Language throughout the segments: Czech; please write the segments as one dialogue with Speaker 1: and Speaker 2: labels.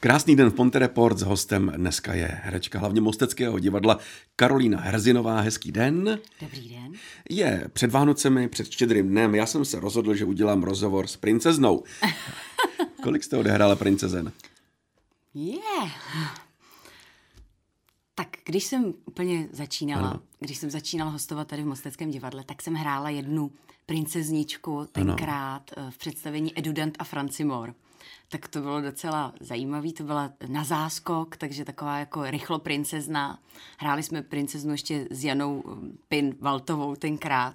Speaker 1: Krásný den v Ponte Report s hostem dneska je herečka hlavně Mosteckého divadla Karolína Herzinová. Hezký den.
Speaker 2: Dobrý den.
Speaker 1: Je před Vánocemi, před štědrým dnem. Já jsem se rozhodl, že udělám rozhovor s princeznou. Kolik jste odehrála princezen?
Speaker 2: Je. Tak když jsem úplně začínala,
Speaker 1: Ano.
Speaker 2: když jsem začínala hostovat tady v Mosteckém divadle, tak jsem hrála jednu princezničku tenkrát eh, v představení Edudant a Francimor. Tak to bylo docela zajímavý, to byla na záskok, takže taková jako rychlo princezna. Hráli jsme princeznu ještě s Janou hm, Pin Valtovou tenkrát.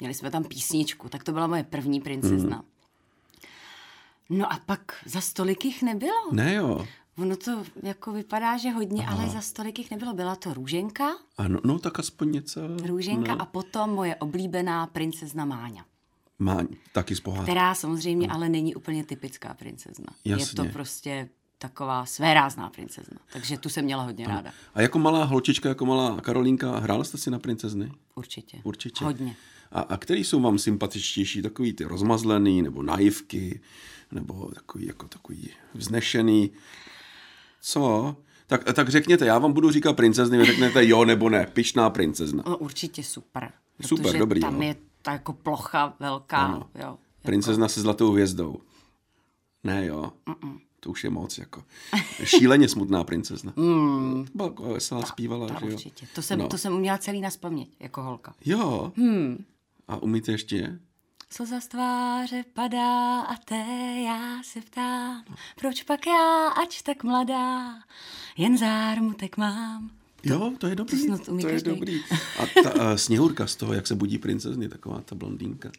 Speaker 2: Měli jsme tam písničku, tak to byla moje první princezna. No a pak za stolik jich nebylo.
Speaker 1: Ne jo.
Speaker 2: Ono to jako vypadá, že hodně, Aha. ale za stolik jich nebylo. Byla to Růženka,
Speaker 1: Ano, no tak aspoň něco.
Speaker 2: Růženka no. a potom moje oblíbená princezna Máňa,
Speaker 1: Má taky z pohádky.
Speaker 2: která samozřejmě ale není úplně typická princezna.
Speaker 1: No. Jasně.
Speaker 2: Je to prostě taková svérázná princezna, takže tu jsem měla hodně ráda.
Speaker 1: A jako malá holčička, jako malá Karolínka, hrála jste si na princezny?
Speaker 2: Určitě.
Speaker 1: Určitě.
Speaker 2: Hodně.
Speaker 1: A, a který jsou vám sympatičtější? Takový ty rozmazlený, nebo naivky, nebo takový, jako takový vznešený? Co? Tak, tak řekněte, já vám budu říkat princezny, vy řeknete jo nebo ne, pišná princezna.
Speaker 2: No, určitě super.
Speaker 1: Super,
Speaker 2: protože
Speaker 1: dobrý,
Speaker 2: Tam
Speaker 1: jo.
Speaker 2: je ta jako plocha velká.
Speaker 1: Ano.
Speaker 2: Jo.
Speaker 1: Princezna se zlatou hvězdou. Ne, jo. To už je moc, jako. Šíleně smutná princezna. Mm. To byla jako veselá, zpívala,
Speaker 2: Ta
Speaker 1: že jo.
Speaker 2: určitě. To jsem,
Speaker 1: No.
Speaker 2: no. to jsem uměla celý na spaměť, jako holka.
Speaker 1: Jo. Hmm. A umíte ještě je?
Speaker 2: Slza z tváře padá a té já se ptám, proč pak já, ač tak mladá, jen zármutek mám.
Speaker 1: Jo, to je dobrý.
Speaker 2: snad umí
Speaker 1: to je
Speaker 2: každý.
Speaker 1: dobrý. A ta uh, sněhurka z toho, jak se budí princezny, taková ta blondýnka.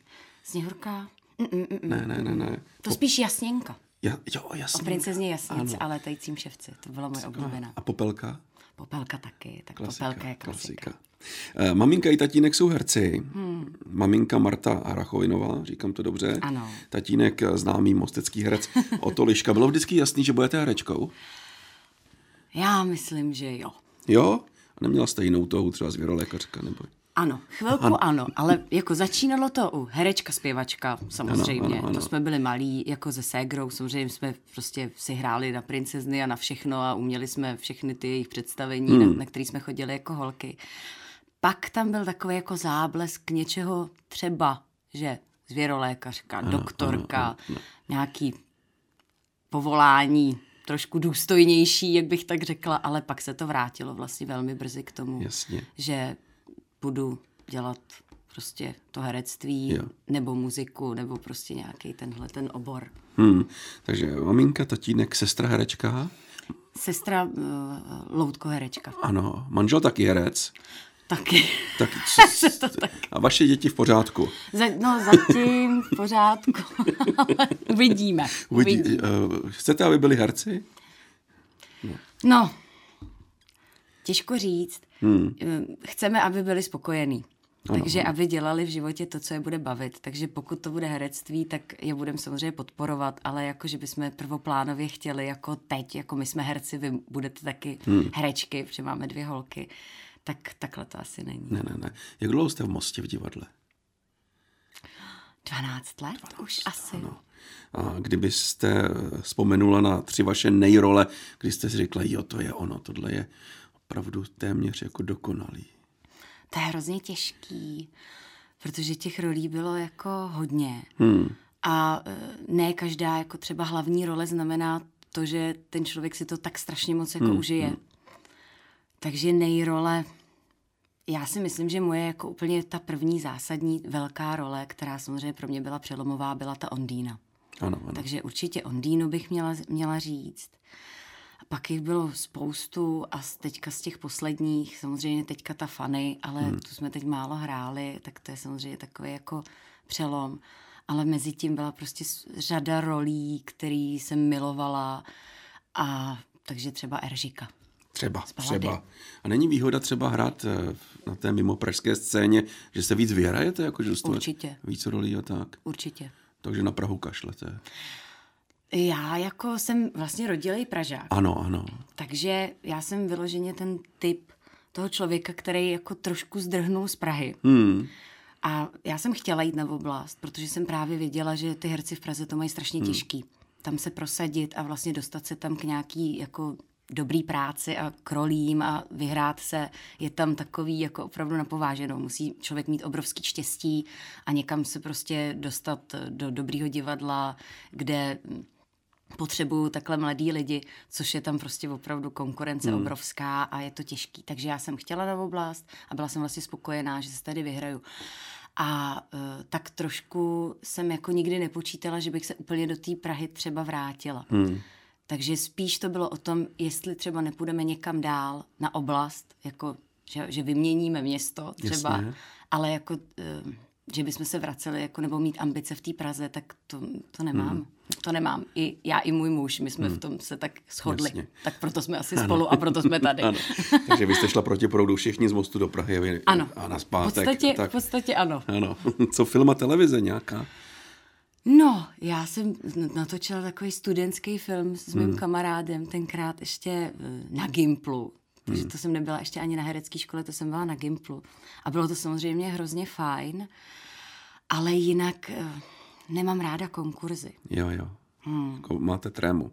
Speaker 2: Sněhurka? Mm-mm-mm.
Speaker 1: Ne, ne, ne, ne.
Speaker 2: To spíš jasněnka.
Speaker 1: Ja, jo, jasně.
Speaker 2: O princezně jasnic, ano. ale tajícím ševci. To byla moje oblíbená.
Speaker 1: A popelka?
Speaker 2: Popelka taky, tak
Speaker 1: Klasika.
Speaker 2: popelka je klasika.
Speaker 1: klasika. Eh, Maminka i tatínek jsou herci. Hmm. Maminka Marta Arachovinová, říkám to dobře.
Speaker 2: Ano.
Speaker 1: Tatínek eh, známý mostecký herec Otoliška. Bylo vždycky jasný, že budete herečkou?
Speaker 2: Já myslím, že jo.
Speaker 1: Jo? A neměla jste jinou touhu, třeba zvěrolékařka nebo...
Speaker 2: Ano, chvilku ano. ano, ale jako začínalo to u herečka, zpěvačka samozřejmě.
Speaker 1: Ano,
Speaker 2: Ano,
Speaker 1: ano,
Speaker 2: ano,
Speaker 1: ano.
Speaker 2: To jsme byli malí jako ze ségrou, samozřejmě jsme prostě si hráli na princezny a na všechno a uměli jsme všechny ty jejich představení, hmm. na, na které jsme chodili jako holky. Pak tam byl takový jako záblesk něčeho třeba, že zvěrolékařka, ano, doktorka, ano, ano. nějaký povolání trošku důstojnější, jak bych tak řekla, ale pak se to vrátilo vlastně velmi brzy k tomu,
Speaker 1: Jasně.
Speaker 2: že budu dělat prostě to herectví
Speaker 1: Jo.
Speaker 2: nebo muziku nebo prostě nějaký tenhle ten obor.
Speaker 1: Hmm. Takže maminka, tatínek, sestra herečka.
Speaker 2: Sestra uh, Loutko herečka.
Speaker 1: Ano, manžel taky herec.
Speaker 2: Taky.
Speaker 1: Tak, co, a vaše děti v pořádku.
Speaker 2: Za, no zatím v pořádku. Uvidíme.
Speaker 1: Uvidí,
Speaker 2: Uvidí-
Speaker 1: uh, chcete, aby byli herci?
Speaker 2: No, těžko říct. Hmm. Chceme, aby byli spokojení. Takže aby dělali v životě to, co je bude bavit. Takže pokud to bude herectví, tak je budeme samozřejmě podporovat, ale jako, že bychom prvoplánově chtěli, jako teď, jako my jsme herci, vy budete taky hmm. herečky, protože máme dvě holky, tak takhle to asi není.
Speaker 1: Ne, ne, ne. Jak dlouho jste v Mostě v divadle?
Speaker 2: 12 let už asi.
Speaker 1: No. A kdybyste eh, vzpomenula na tři vaše nejrole, kdy jste si řekla, jo, to je ono, tohle je opravdu téměř jako dokonalý.
Speaker 2: To je hrozně těžký, protože těch rolí bylo jako hodně. Hmm. A eh, ne každá jako třeba hlavní role znamená to, že ten člověk si to tak strašně moc jako hmm. užije. Takže nejrole, já si myslím, že moje jako úplně ta první zásadní velká role, která samozřejmě pro mě byla přelomová, byla ta Ondína.
Speaker 1: Ano, ano.
Speaker 2: Takže určitě Ondínu bych měla, měla říct. A pak jich bylo spoustu a z teďka z těch posledních, samozřejmě teďka ta Fanny, ale hmm. tu jsme teď málo hráli, tak to je samozřejmě takový jako přelom. Ale mezi tím byla prostě s- řada rolí, který jsem milovala a takže třeba Eržika.
Speaker 1: Třeba,
Speaker 2: balady.
Speaker 1: třeba. A není výhoda třeba hrát eh, v- na té mimo pražské scéně, že se víc vyhrajete, jako že dostanete
Speaker 2: Určitě.
Speaker 1: víc rolí a tak.
Speaker 2: Určitě.
Speaker 1: Takže na Prahu kašlete.
Speaker 2: Já jako jsem vlastně rodilej Pražák.
Speaker 1: Ano, ano.
Speaker 2: Takže já jsem vyloženě ten typ toho člověka, který jako trošku zdrhnul z Prahy.
Speaker 1: Hmm.
Speaker 2: A já jsem chtěla jít na oblast, protože jsem právě věděla, že ty herci v Praze to mají strašně těžký. tam se prosadit a vlastně dostat se tam k nějaký jako dobrý práci a k rolím a vyhrát se, je tam takový jako opravdu napováženou. Musí člověk mít obrovský štěstí a někam se prostě dostat do dobrýho divadla, kde potřebuju takhle mladí lidi, což je tam prostě opravdu konkurence hmm. obrovská a je to těžký. Takže já jsem chtěla na oblast a byla jsem vlastně spokojená, že se tady vyhraju. A uh, tak trošku jsem jako nikdy nepočítala, že bych se úplně do té Prahy třeba vrátila. Hmm. Takže spíš to bylo o tom, jestli třeba nepůjdeme někam dál na oblast, jako že, že vyměníme město třeba, Jasně. ale jako, uh, že bychom se vraceli jako nebo mít ambice v té Praze, tak to, to nemám. Hmm. To nemám. I já, i můj muž, my jsme hmm. v tom se tak shodli. Jasně. Tak proto jsme asi ano. spolu a proto jsme tady.
Speaker 1: ano. Takže vy jste šla proti proudu všichni z mostu do Prahy vy,
Speaker 2: ano.
Speaker 1: a na zpátek.
Speaker 2: V podstatě, tak... v podstatě ano.
Speaker 1: ano. Co film a televize nějaká?
Speaker 2: No, já jsem natočila takový studentský film s mým hmm. kamarádem, tenkrát ještě e, na Gimplu. Takže hmm. to jsem nebyla ještě ani na herecké škole, to jsem byla na Gimplu. A bylo to samozřejmě hrozně fajn, ale jinak e, nemám ráda konkurzy.
Speaker 1: Jo, jo. Hmm. Jako máte trému.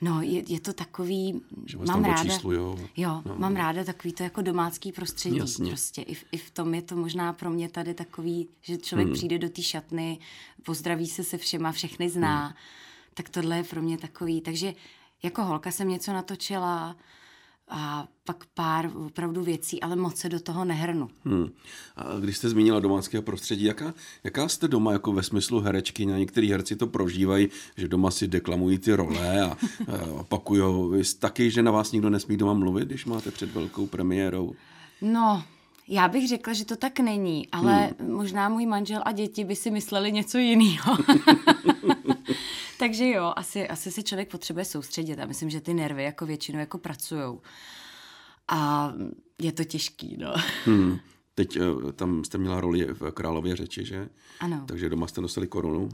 Speaker 2: No, je, je to takový...
Speaker 1: Že vás mám tam ráda, jo.
Speaker 2: jo
Speaker 1: no.
Speaker 2: mám ráda takový to jako domácký prostředí.
Speaker 1: Jasně.
Speaker 2: Prostě. I, v, I v tom je to možná pro mě tady takový, že člověk hmm. přijde do té šatny, pozdraví se se všema, všechny zná. Hmm. Tak tohle je pro mě takový. Takže jako holka jsem něco natočila, a pak pár opravdu věcí, ale moc se do toho nehrnu.
Speaker 1: Hmm. A když jste zmínila domácké prostředí, jaká, jaká jste doma jako ve smyslu herečky? Na některý herci to prožívají, že doma si deklamují ty role a, a opakujou. Vy taky, že na vás nikdo nesmí doma mluvit, když máte před velkou premiérou?
Speaker 2: No, já bych řekla, že to tak není, ale hmm. možná můj manžel a děti by si mysleli něco jiného. Takže jo, asi, asi se člověk potřebuje soustředit a myslím, že ty nervy jako většinou jako pracujou. A je to těžký, no.
Speaker 1: Hmm. Teď tam jste měla roli v Králově řeči, že?
Speaker 2: Ano.
Speaker 1: Takže doma jste nosili korunu?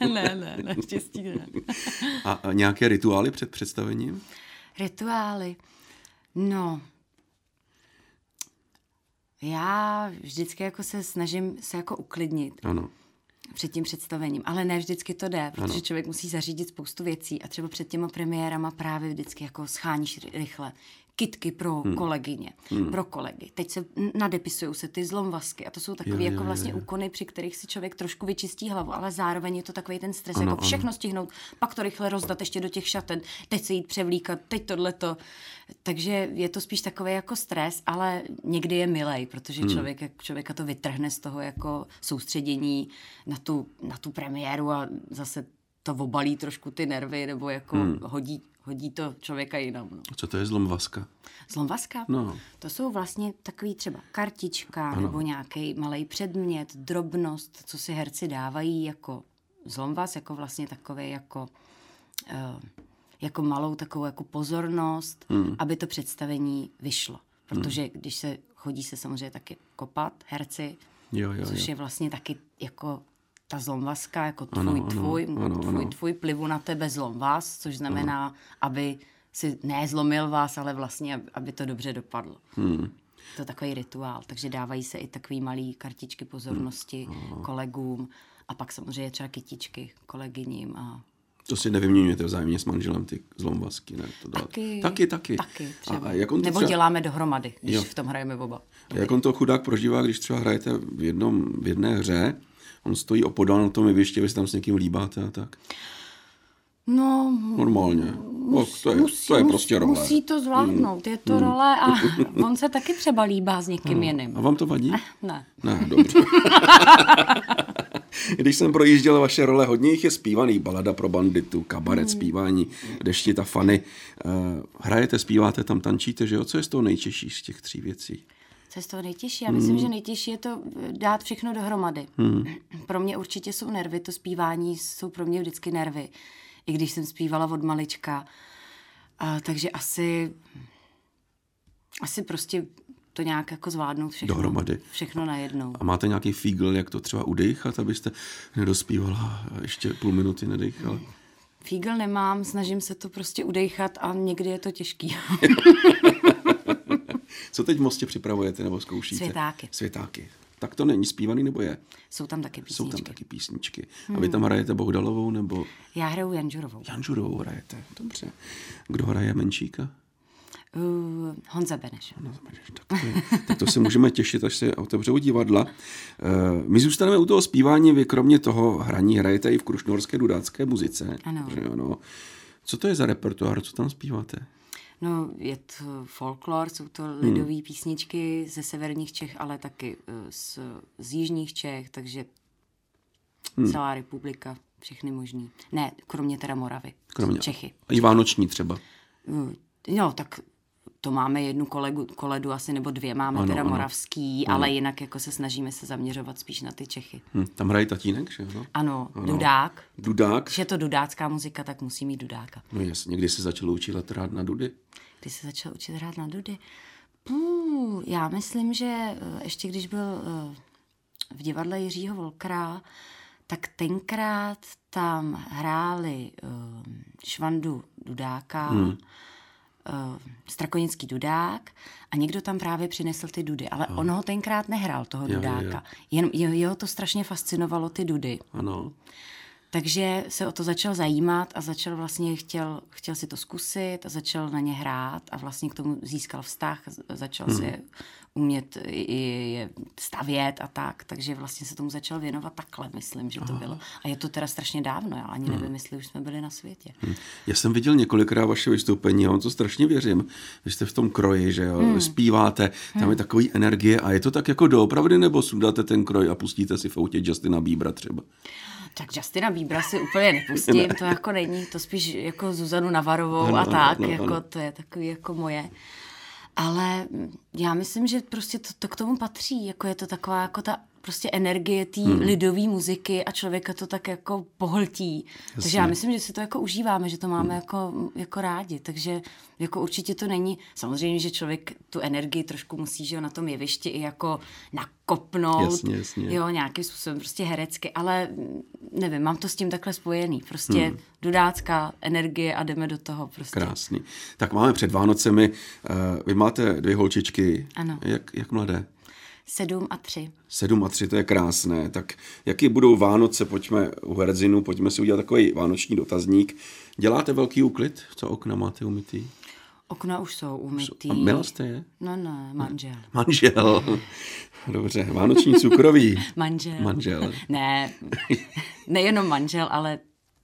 Speaker 2: ne, ne, naštěstí ne.
Speaker 1: a nějaké rituály před představením?
Speaker 2: Rituály? No, já vždycky jako se snažím se jako uklidnit.
Speaker 1: Ano
Speaker 2: před tím představením. Ale ne vždycky to jde, protože ano. člověk musí zařídit spoustu věcí a třeba před těma premiérama právě vždycky jako scháníš rychle kitky pro hmm. kolegyně, hmm. pro kolegy. Teď se nadepisují se ty zlomvazky a to jsou takové jako vlastně jo, jo. úkony, při kterých si člověk trošku vyčistí hlavu, ale zároveň je to takový ten stres, ano, jako všechno ano. stihnout, pak to rychle rozdat ještě do těch šaten, teď se jít převlíkat, teď tohleto. Takže je to spíš takový jako stres, ale někdy je milej, protože hmm. člověk, člověka to vytrhne z toho jako soustředění na tu, na tu premiéru a zase to obalí trošku ty nervy nebo jako hmm. hodí hodí to člověka jinam. No.
Speaker 1: A co to je zlomvazka?
Speaker 2: Zlomvazka?
Speaker 1: No.
Speaker 2: To jsou vlastně takový třeba kartička ano. nebo nějaký malý předmět, drobnost, co si herci dávají jako zlomvaz, jako vlastně takové jako... Uh, jako malou takovou jako pozornost, hmm. aby to představení vyšlo. Protože hmm. když se chodí se samozřejmě taky kopat herci,
Speaker 1: jo, jo,
Speaker 2: což
Speaker 1: jo.
Speaker 2: je vlastně taky jako ta zlomvazka, jako tvůj, ano, tvůj, ano, tvůj, ano. tvůj plivu na tebe zlomvaz, což znamená, ano. aby si nezlomil vás, ale vlastně, aby to dobře dopadlo.
Speaker 1: Hmm.
Speaker 2: To je takový rituál, takže dávají se i takový malý kartičky pozornosti hmm. kolegům a pak samozřejmě třeba kytičky kolegyním a
Speaker 1: to si nevyměňujete vzájemně s manželem ty zlomvazky, ne? To
Speaker 2: dále. taky,
Speaker 1: taky, taky.
Speaker 2: taky třeba.
Speaker 1: A, a jak on to
Speaker 2: Nebo
Speaker 1: třeba...
Speaker 2: děláme dohromady, když jo. v tom hrajeme oba.
Speaker 1: A jak on to chudák prožívá, když třeba hrajete v, jednom, v jedné hře, on stojí opodál na tom jeviště, vy se tam s někým líbáte a tak?
Speaker 2: No,
Speaker 1: normálně. Musí, o, to, je, musí, to je prostě role.
Speaker 2: Mm, Musí to zvládnout, je to mm. role a on se taky třeba líbá s někým no. jiným.
Speaker 1: A vám to vadí?
Speaker 2: Ne.
Speaker 1: Ne, dobře. Když jsem projížděl vaše role, hodně jich je zpívaný. Balada pro banditu, kabaret, mm. zpívání, deštita, fany. Eh, Hrajete, zpíváte tam, tančíte, že jo? Co je z toho nejtěžší z těch tří věcí?
Speaker 2: Co je z toho nejtěžší? Já myslím, mm. že nejtěžší je to eh, dát všechno dohromady.
Speaker 1: Mm.
Speaker 2: Pro mě určitě jsou nervy, to zpívání jsou pro mě vždycky nervy. I když jsem zpívala od malička. A, takže asi, asi prostě to nějak jako zvládnout všechno.
Speaker 1: Dohromady.
Speaker 2: Všechno najednou.
Speaker 1: A máte nějaký fígl, jak to třeba udechat, abyste nedospívala eh, ještě půl minuty nedechala? Mm.
Speaker 2: Fígl nemám, snažím se to prostě udechat a někdy je to těžký.
Speaker 1: Co teď v Mostě připravujete nebo zkoušíte?
Speaker 2: Světáky.
Speaker 1: Světáky. tak to není zpívaný, nebo je?
Speaker 2: Jsou tam taky
Speaker 1: Jsou
Speaker 2: písničky.
Speaker 1: tam taky písničky. A vy tam hrajete Bohdalovou nebo
Speaker 2: Já hraju Janžurovou.
Speaker 1: Janžurovou hrajete. Dobře. Kdo hraje Menšíka?
Speaker 2: Uh, Honza Beneš.
Speaker 1: No, zabrneš, tak, to je, tak to se můžeme těšit, až se otevřou divadla. Eh, My zůstaneme u toho zpívání, vy kromě toho hraní hrajete i v krušnorské dudácké muzice.
Speaker 2: Ano.
Speaker 1: Že ano. Co to je za repertoár, co tam zpíváte?
Speaker 2: No, je to folklor, jsou to lidové hmm. písničky ze severních Čech, ale taky eh, z, z jižních Čech, takže hmm. celá republika, všechny možný. Ne, kromě teda Moravy,
Speaker 1: Kromě-
Speaker 2: Čechy.
Speaker 1: I vánoční třeba.
Speaker 2: Mm, No, tak to máme jednu kolegu, koledu asi, nebo dvě máme
Speaker 1: Ano,
Speaker 2: ano, teda
Speaker 1: ano.
Speaker 2: ano. moravský, ano. ale jinak jako se snažíme se zaměřovat spíš na ty Čechy.
Speaker 1: Hm, tam hraje tatínek, že ano?
Speaker 2: Ano, ano. dudák.
Speaker 1: Dudák.
Speaker 2: Když je to dudácká muzika, tak musí mít dudáka.
Speaker 1: No jasně, kdy se začal učit latrát na dudy?
Speaker 2: Když se začal učit hrát na dudy, pů, já myslím, že eh, ještě když byl eh, v divadle Jiřího Volkra, tak tenkrát tam hráli eh, švandu dudáka, hmm. strakonický dudák a někdo tam právě přinesl ty dudy, ale on ho tenkrát nehrál, toho
Speaker 1: jo,
Speaker 2: dudáka. Jen, je- jeho to strašně fascinovalo, ty dudy.
Speaker 1: Ano.
Speaker 2: Takže se o to začal zajímat a začal vlastně, chtěl, chtěl si to zkusit a začal na ně hrát a vlastně k tomu získal vztah, z- začal hmm. si umět i, i, je stavět a tak, takže vlastně se tomu začal věnovat takhle, myslím, že to bylo. A je to teda strašně dávno, já ani nevím, jestli už jsme byli na světě.
Speaker 1: Hm. Já jsem viděl několikrát vaše vystoupení a on to strašně věřím. Vy jste v tom kroji, že jo, hmm. zpíváte, tam je takový energie a je to tak jako doopravdy, nebo sundáte ten kroj a pustíte si v autě Justina Biebera třeba?
Speaker 2: Tak Justina Bíbra si úplně nepustím, to jako není, to spíš jako Zuzanu Navarovou ano, a tak, ano, jako ano. to je takový jako moje. Ale mm, já myslím, že prostě to, to k tomu patří, jako je to taková jako ta prostě energie té hmm. lidové muziky a člověka to tak jako pohltí. Jasně. Takže já myslím, že si to jako užíváme, že to máme hmm. jako, jako rádi, takže jako určitě to není, samozřejmě, že člověk tu energii trošku musí, že jo, na tom jevišti i jako nakopnout,
Speaker 1: Jasně, jasně.
Speaker 2: Jo, nějakým způsobem, prostě herecky, ale mm, nevím, mám to s tím takhle spojený. Prostě hmm. dodácká energie a jdeme do toho prostě.
Speaker 1: Krásný. Tak máme před Vánocemi, eh, vy máte dvě holčičky.
Speaker 2: Ano.
Speaker 1: Jak, jak mladé?
Speaker 2: Sedm a tři.
Speaker 1: Sedm a tři, to je krásné. Tak jaký budou Vánoce? Pojďme u Herzinu, pojďme si udělat takový vánoční dotazník. Děláte velký úklid? Co okna máte umytý?
Speaker 2: Okna už jsou umytý.
Speaker 1: A mila jste je?
Speaker 2: No ne, manžel.
Speaker 1: Manžel. Dobře, vánoční cukroví.
Speaker 2: Manžel.
Speaker 1: Manžel.
Speaker 2: ne, nejenom manžel, ale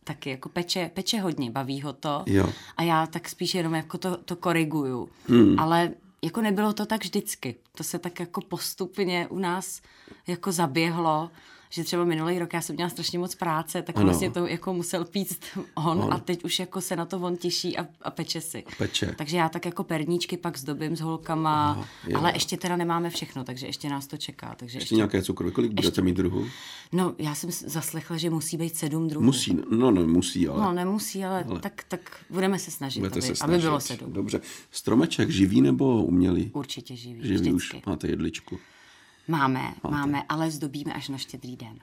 Speaker 2: taky jako peče, peče hodně, baví ho to.
Speaker 1: Jo.
Speaker 2: A já tak spíš jenom jako to, to koriguju. Hmm. Ale jako nebylo to tak vždycky. To se tak jako postupně u nás jako zaběhlo, že třeba minulý rok já jsem měla strašně moc práce, tak
Speaker 1: Ano.
Speaker 2: ano. vlastně to jako musel píct on, on a teď už jako se na to on těší a, a peče si.
Speaker 1: Peče.
Speaker 2: Takže já tak jako perníčky pak zdobím s holkama, Aha,
Speaker 1: jo.
Speaker 2: ale ještě teda nemáme všechno, takže ještě nás to čeká. Takže
Speaker 1: Ještě nějaké cukroví. Kolik budete mít druhů?
Speaker 2: No, já jsem s- zaslechla, že musí být sedm druhů.
Speaker 1: Musí, no no, musí, ale
Speaker 2: No, nemusí, ale, ale. Tak, tak budeme se snažit,
Speaker 1: budete
Speaker 2: aby,
Speaker 1: se snažit.
Speaker 2: aby bylo sedm.
Speaker 1: Dobře. Stromeček živý nebo umělý?
Speaker 2: Určitě živý,
Speaker 1: Živý
Speaker 2: vždycky.
Speaker 1: už, máte jedličku.
Speaker 2: Máme, Máte. máme, ale zdobíme až na štědrý den.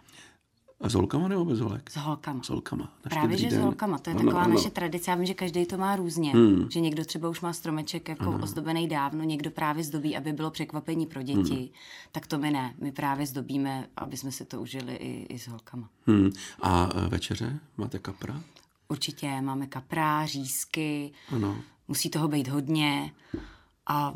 Speaker 1: A s holkama nebo bez holek?
Speaker 2: S holkama.
Speaker 1: S holkama. Na
Speaker 2: Právě,
Speaker 1: štědrý
Speaker 2: že s
Speaker 1: den.
Speaker 2: holkama, to je
Speaker 1: Ano,
Speaker 2: taková
Speaker 1: ano.
Speaker 2: naše tradice, já vím, že každý to má různě, hmm. že někdo třeba už má stromeček jako ano. ozdobený dávno, někdo právě zdobí, aby bylo překvapení pro děti, hmm. tak to my ne, my právě zdobíme, aby jsme si to užili i, i s holkama.
Speaker 1: Hmm. A eh, večeře? Máte kapra?
Speaker 2: Určitě máme kaprá, řízky,
Speaker 1: Ano.
Speaker 2: musí toho být hodně a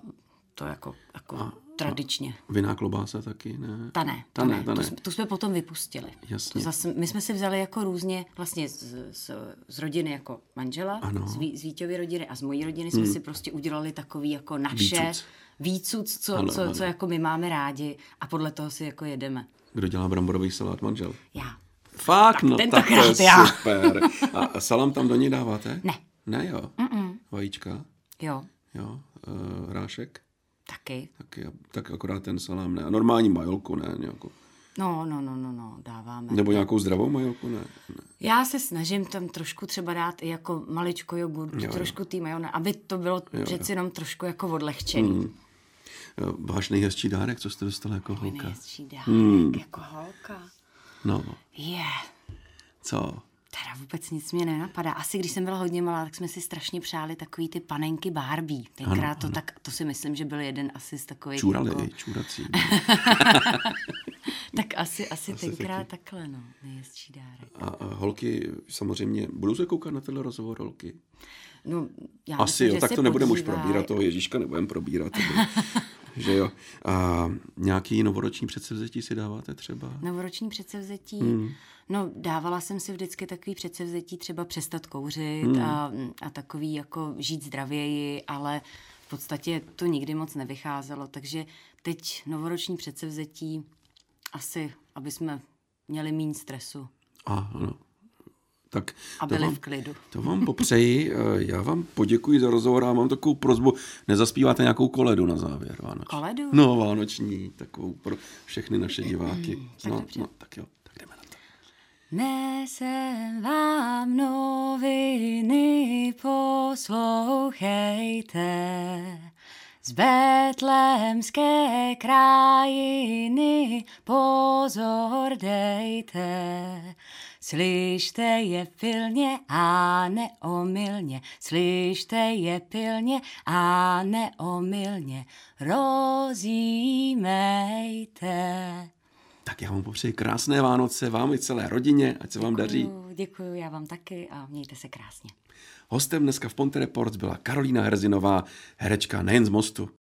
Speaker 2: to jako, jako a, tradičně.
Speaker 1: Vinná klobása taky, ne?
Speaker 2: Ta ne,
Speaker 1: Ta ne, ta
Speaker 2: Tu,
Speaker 1: ne.
Speaker 2: jsme, tu jsme potom vypustili.
Speaker 1: Jasně.
Speaker 2: To zase, my jsme si vzali jako různě, vlastně z, z, z rodiny jako manžela,
Speaker 1: Ano. Hmm.
Speaker 2: z, Ví- z Vítěvy rodiny a z mojí rodiny jsme si prostě udělali takový jako naše
Speaker 1: Výcuc.
Speaker 2: výcuc, co,
Speaker 1: Ano,
Speaker 2: co,
Speaker 1: ano.
Speaker 2: co jako my máme rádi a podle toho si jako jedeme.
Speaker 1: Kdo dělá bramborový salát? Manžel.
Speaker 2: Já.
Speaker 1: Fakt, no tak to je
Speaker 2: tentokrát já.
Speaker 1: super. A a salám tam do něj dáváte?
Speaker 2: Ne.
Speaker 1: Ne, jo. Mm-mm. Vajíčka,
Speaker 2: Jo,
Speaker 1: jo. Uh, rášek,
Speaker 2: taky.
Speaker 1: tak, je- tak akorát ten salám ne. A normální majolku ne, nějakou.
Speaker 2: No, no, no, no, no, dáváme.
Speaker 1: Nebo nějakou zdravou majolku ne. ne.
Speaker 2: Já se snažím tam trošku třeba dát i jako maličko jogurtu,
Speaker 1: Jo, jo.
Speaker 2: jo, trošku tý majona, aby to bylo jo, přeci jenom trošku jako odlehčený. Mm,
Speaker 1: Eh, Váš nejhezčí dárek, co jste dostala jako holka?
Speaker 2: Nejhezčí dárek, mm. jako holka.
Speaker 1: No,
Speaker 2: Je, yeah.
Speaker 1: co?
Speaker 2: teda vůbec nic mě nenapadá. Asi když jsem byla hodně malá, tak jsme si strašně přáli takový ty panenky Barbie. No. Tenkrát to tak, to si myslím, že byl jeden asi z takových...
Speaker 1: Čůrali,
Speaker 2: Jako,
Speaker 1: čůrací.
Speaker 2: tak asi, asi, asi tenkrát taky. takhle, no, nejezčí dárek.
Speaker 1: A, a holky samozřejmě, budou se koukat na tenhle rozhovor holky?
Speaker 2: No, já
Speaker 1: Asi
Speaker 2: myslím,
Speaker 1: jo,
Speaker 2: že
Speaker 1: tak
Speaker 2: se
Speaker 1: to nebudeme už
Speaker 2: podívá-
Speaker 1: probírat, toho Ježíška nebudeme probírat. Nebo, že jo. A nějaký novoroční předsevzetí si dáváte třeba?
Speaker 2: Novoroční předsevzetí? Hmm. No, dávala jsem si vždycky takový předsevzetí, třeba přestat kouřit hmm. a, a takový jako žít zdravěji, ale v podstatě to nikdy moc nevycházelo, takže teď novoroční předsevzetí asi, aby jsme měli méně stresu
Speaker 1: A, ano. no. Tak
Speaker 2: a
Speaker 1: to
Speaker 2: byli
Speaker 1: vám,
Speaker 2: v klidu.
Speaker 1: to vám popřeji. Eh, Já vám poděkuji za rozhovor a mám takovou prozbu. Nezaspíváte nějakou koledu na závěr vánoční?
Speaker 2: Koledu?
Speaker 1: No, vánoční, takovou pro všechny naše diváky.
Speaker 2: Mm, tak
Speaker 1: no,
Speaker 2: dobře.
Speaker 1: no, tak jo, tak jdeme na to.
Speaker 2: Nesem vám noviny, poslouchejte. Z betlémské krajiny pozor dejte. Slyšte je pilně a neomilně, slyšte je pilně a neomilně, rozjímejte.
Speaker 1: Tak já vám popřeji krásné Vánoce, vám i celé rodině, ať se vám daří.
Speaker 2: Děkuju, děkuju, já vám taky a mějte se krásně.
Speaker 1: Hostem dneska v Ponte Reports byla Karolína Herzinová, herečka nejen z Mostu.